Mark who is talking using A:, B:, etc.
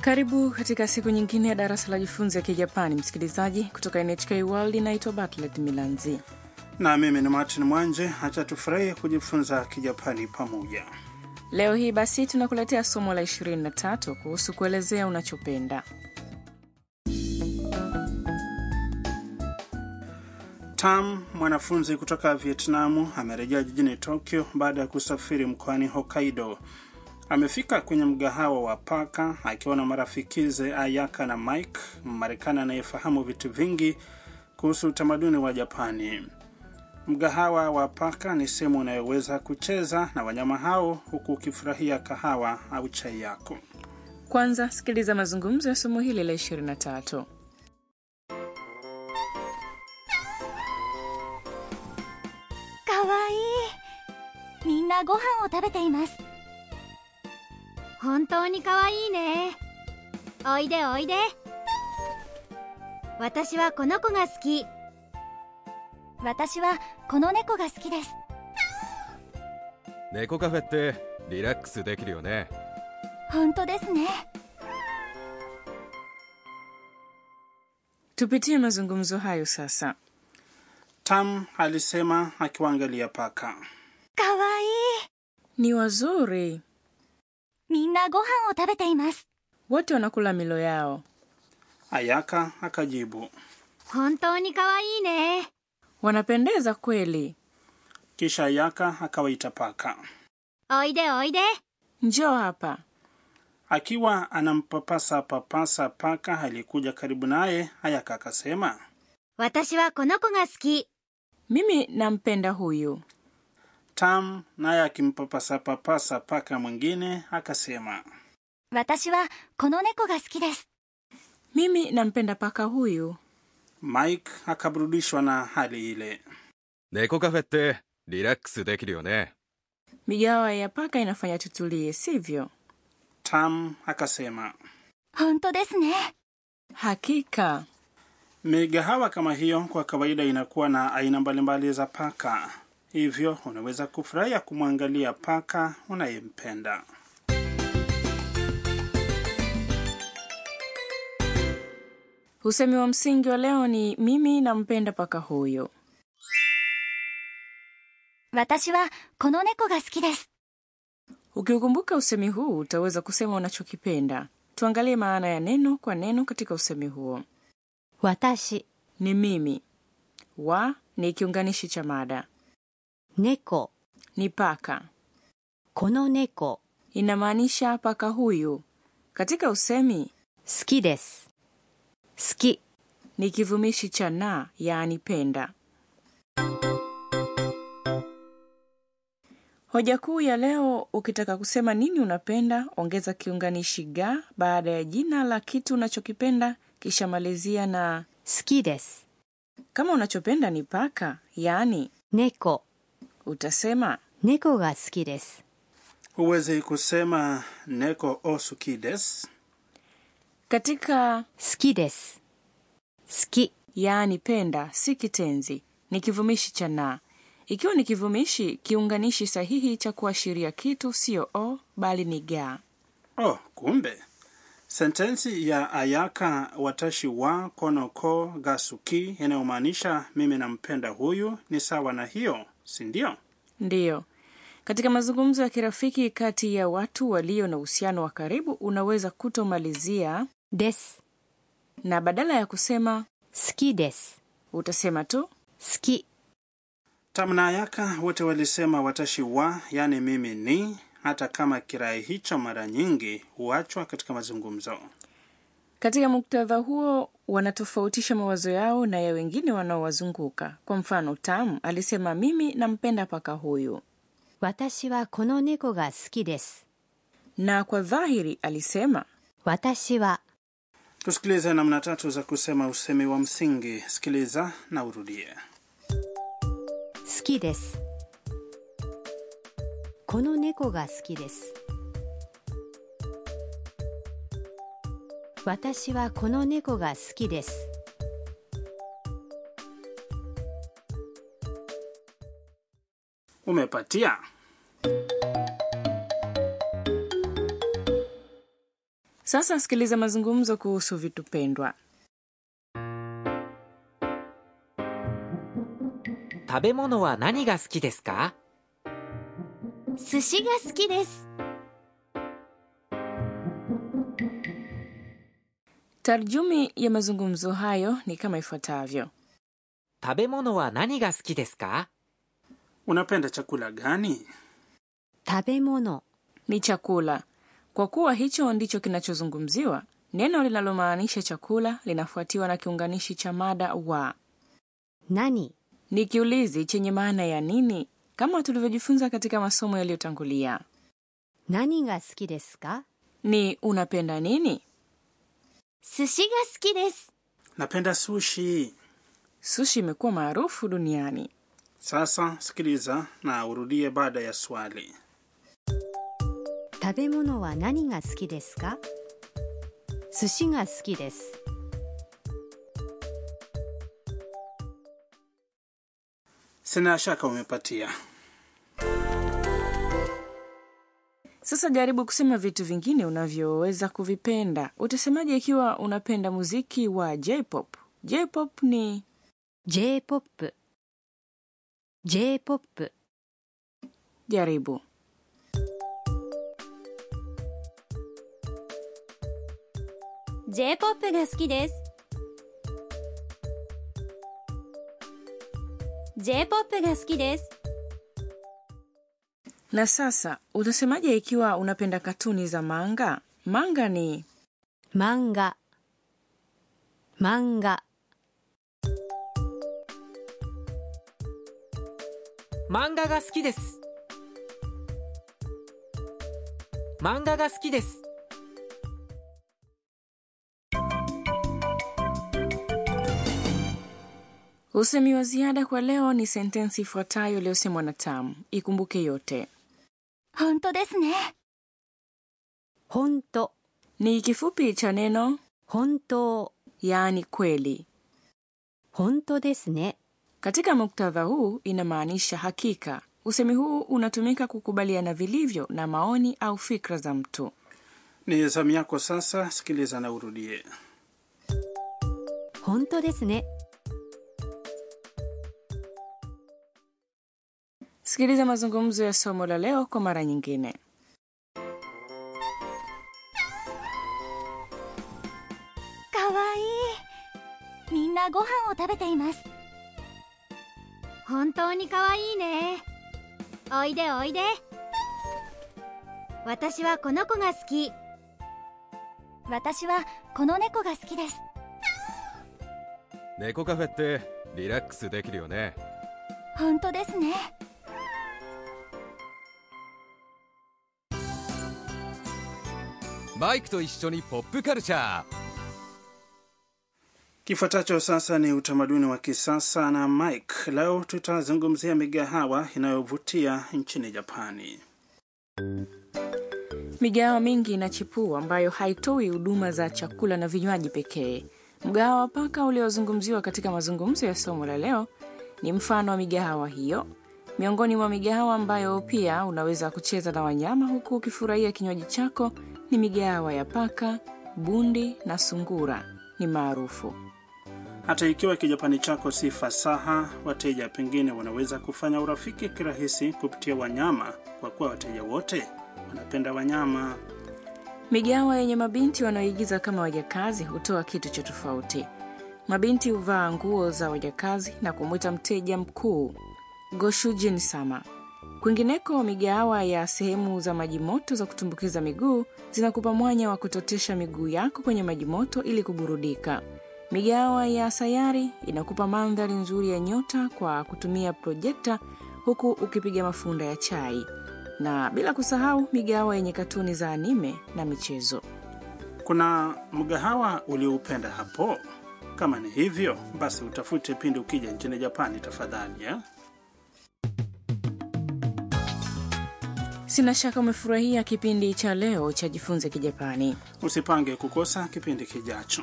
A: karibu katika siku nyingine ya darasa la jifunzi ya kijapani msikilizaji kutoka nhk world inaitwa batlet milanzi
B: na mimi ni Martin Mwanje. Acha tufurahi kujifunza Kijapani pamoja.
A: leo hii basi tunakuletea somo la 23 kuhusu kuelezea unachopenda
B: Tam, mwanafunzi kutoka Vietnamu, amerejea jijini Tokyo baada ya kusafiri mkoani Hokkaido. Amefika kwenye mgahawa wa paka akiwa na marafikize Ayaka na Mike, Mmarekani anayefahamu vitu vingi kuhusu utamaduni wa Japani. Mgahawa wa paka ni sehemu unayoweza kucheza na wanyama hao huku ukifurahia kahawa au chai yako.
A: kwanza sikiliza mazungumzo ya somo hili la 23
C: かわいいみんなご飯を食べています本当にかわいいねおいでおいで私はこの子が好き私はこの猫が好きです
D: 猫カフェってリラックスできるよね
C: 本当ですね
A: tupitie mazungumzo hayo sasa
B: Tam alisema akiwaangalia paka.
C: かわいい
A: ni wazuri
C: みんなご飯を食べています
A: wote wanakula milo yao
B: Ayaka akajibu,
C: 本当にかわいいね
A: wanapendeza kweli
B: kisha Ayaka akawaita paka.
C: おいでおいで
A: njoo hapa
B: Akiwa anampapasa papasa paka aliyekuja karibu naye, Ayaka akasema.
C: 私はこの子が好き
A: mimi nampenda huyu
B: Tam naye akimpapasapapasa paka mwingine akasema.
C: 私はこの猫が好きです
A: mimi nampenda paka huyu
B: Mike akaburudishwa na hali ile.
D: 猫カフェってリラックスできるよね
A: migawa ya paka inafanya tutulie sivyo
B: Tam akasema
C: 本当ですね
A: hakika
B: migahawa kama hiyo kwa kawaida inakuwa na aina mbalimbali za paka, hivyo unaweza kufurahia kumwangalia paka unayempenda.
A: usemi wa msingi wa leo ni mimi nampenda paka huyu
C: 私はこの猫が好きです
A: ukiukumbuka usemi huu utaweza kusema unachokipenda tuangalie maana ya neno kwa neno katika usemi huo
E: 私
A: ni mimi wa ni kiunganishi cha mada
E: 猫
A: ni paka
E: この猫
A: inamaanisha paka huyu katika usemi
E: 好きです好き
A: ni kivumishi cha na yaani penda hoja kuu ya leo ukitaka kusema nini unapenda ongeza kiunganishi ga baada ya jina la kitu unachokipenda kisha malizia na
E: 好きです
A: kama unachopenda ni paka yaani
E: 猫
A: utasema
E: 猫が好きです
B: Huwezi kusema neko osukides.
A: katika
E: 好きです好き
A: yaani penda si kitenzi ni kivumishi cha na ikiwa ni kivumishi kiunganishi sahihi cha kuashiria kitu siyo o bali ni ga
B: Oh, kumbe sentensi ya Ayaka watashi wa konoko gasuki inayomaanisha mimi nampenda huyu ni sawa na hiyo, si ndio?
A: ndiyo katika mazungumzo ya kirafiki kati ya watu walio na uhusiano wa karibu unaweza kutomalizia
E: です
A: na badala ya kusema
E: 好きです
A: utasema tu
E: 好き
B: Tam na Ayaka wote walisema watashi wa, yaani mimi ni, hata kama kirai hicho mara nyingi huachwa katika mazungumzo.
A: katika muktadha huo wanatofautisha mawazo yao na ya wengine wanaowazunguka kwa mfano tam alisema mimi nampenda paka huyu
E: 私はこの猫が好きです
A: na kwa dhahiri alisema
E: 私は
B: Tusikilize namna tatu za kusema usemi wa msingi. Sikiliza na urudie.
E: 好きですこの猫が好きです私はこの猫が好きです。
B: Umepatia?
A: sasa sikiliza mazungumzo kuhusu vitu pendwa
F: 食べ物は何が好きですか
C: 寿司が好きです。
A: tarjumi ya mazungumzo hayo ni kama ifuatavyo
F: 食べ物は何が好きですか
B: unapenda chakula gani
E: 食べ物、
A: ni chakula kwa kuwa hicho ndicho kinachozungumziwa neno linalomaanisha chakula linafuatiwa na kiunganishi cha mada wa
E: 何、
A: ni kiulizi chenye maana ya nini kama tulivyojifunza katika masomo yaliyotangulia
E: 何が好きですか
A: ni unapenda nini
C: 寿司が好きです。
B: napenda sushi
A: sushi imekuwa maarufu duniani
B: sasa sikiliza na urudie baada ya swali
E: 食べ物は何が好きですか寿司が好きです。
B: sina shaka umepatia
A: sasa jaribu kusema vitu vingine unavyoweza kuvipenda utasemaje ikiwa unapenda muziki wa jpop jpop ni
E: J-POP J-POP
A: jaribu
C: ジェイポップが好きです。ジェイポップが好きです。
A: na sasa utasemaje ikiwa unapenda katuni za manga manga ni
E: 漫画漫画
F: 漫画が好きです漫画が好きです
A: usemi wa ziada kwa leo ni sentensi ifuatayo iliyosemwa na tamu ikumbuke yote
C: 本当ですね。
E: 本当
A: ni kifupi cha neno
E: 本当
A: yaani kweli
E: 本当ですね
A: katika muktadha huu inamaanisha hakika usemi huu unatumika kukubaliana vilivyo na maoni au fikra za mtu
B: ni zamu yako sasa sikiliza na urudie
E: 本当ですね
A: sikiliza mazungumzo ya somo la leo kwa mara nyingine
C: かわいいみんなご飯を食べています本当にかわいいねおいでおいで私はこの子が好き私はこの猫が好きです
D: 猫カフェってリラックスできるよね
C: 本当ですね
D: マイクと一緒にポップカルチャー
B: kifuatacho sasa ni utamaduni wa kisasa na mike leo tutazungumzia migahawa inayovutia nchini japani
A: migahawa mingi inachipua ambayo haitoi huduma za chakula na vinywaji pekee mgahawa wa paka uliozungumziwa katika mazungumzo ya somo la leo ni mfano wa migahawa hiyo miongoni mwa migahawa ambayo pia unaweza kucheza na wanyama huku ukifurahia kinywaji chako ni migahawa ya paka bundi na sungura ni maarufu
B: hata ikiwa kijapani chako si fasaha wateja pengine wanaweza kufanya urafiki kirahisi kupitia wanyama kwa kuwa wateja wote wanapenda wanyama
A: Migawa yenye mabinti wanaoigiza kama wajakazi hutoa kitu cha tofauti. Mabinti huvaa nguo za wajakazi na kumwita mteja mkuu Goshujin sama. Kwingineko, migahawa ya sehemu za maji moto za kutumbukiza miguu zinakupa mwanya wa kutotesha miguu yako kwenye maji moto ili kuburudika. Migahawa ya sayari inakupa mandhari nzuri ya nyota kwa kutumia projekta huku ukipiga mafunda ya chai na bila kusahau migahawa yenye katuni za anime na michezo.
B: kuna mgahawa ulioupenda hapo kama ni hivyo basi utafute pindi ukija nchini japani tafadhali eh? ya?
A: Sina shaka umefurahia kipindi cha leo cha Jifunze Kijapani.
B: usipange kukosa kipindi kijacho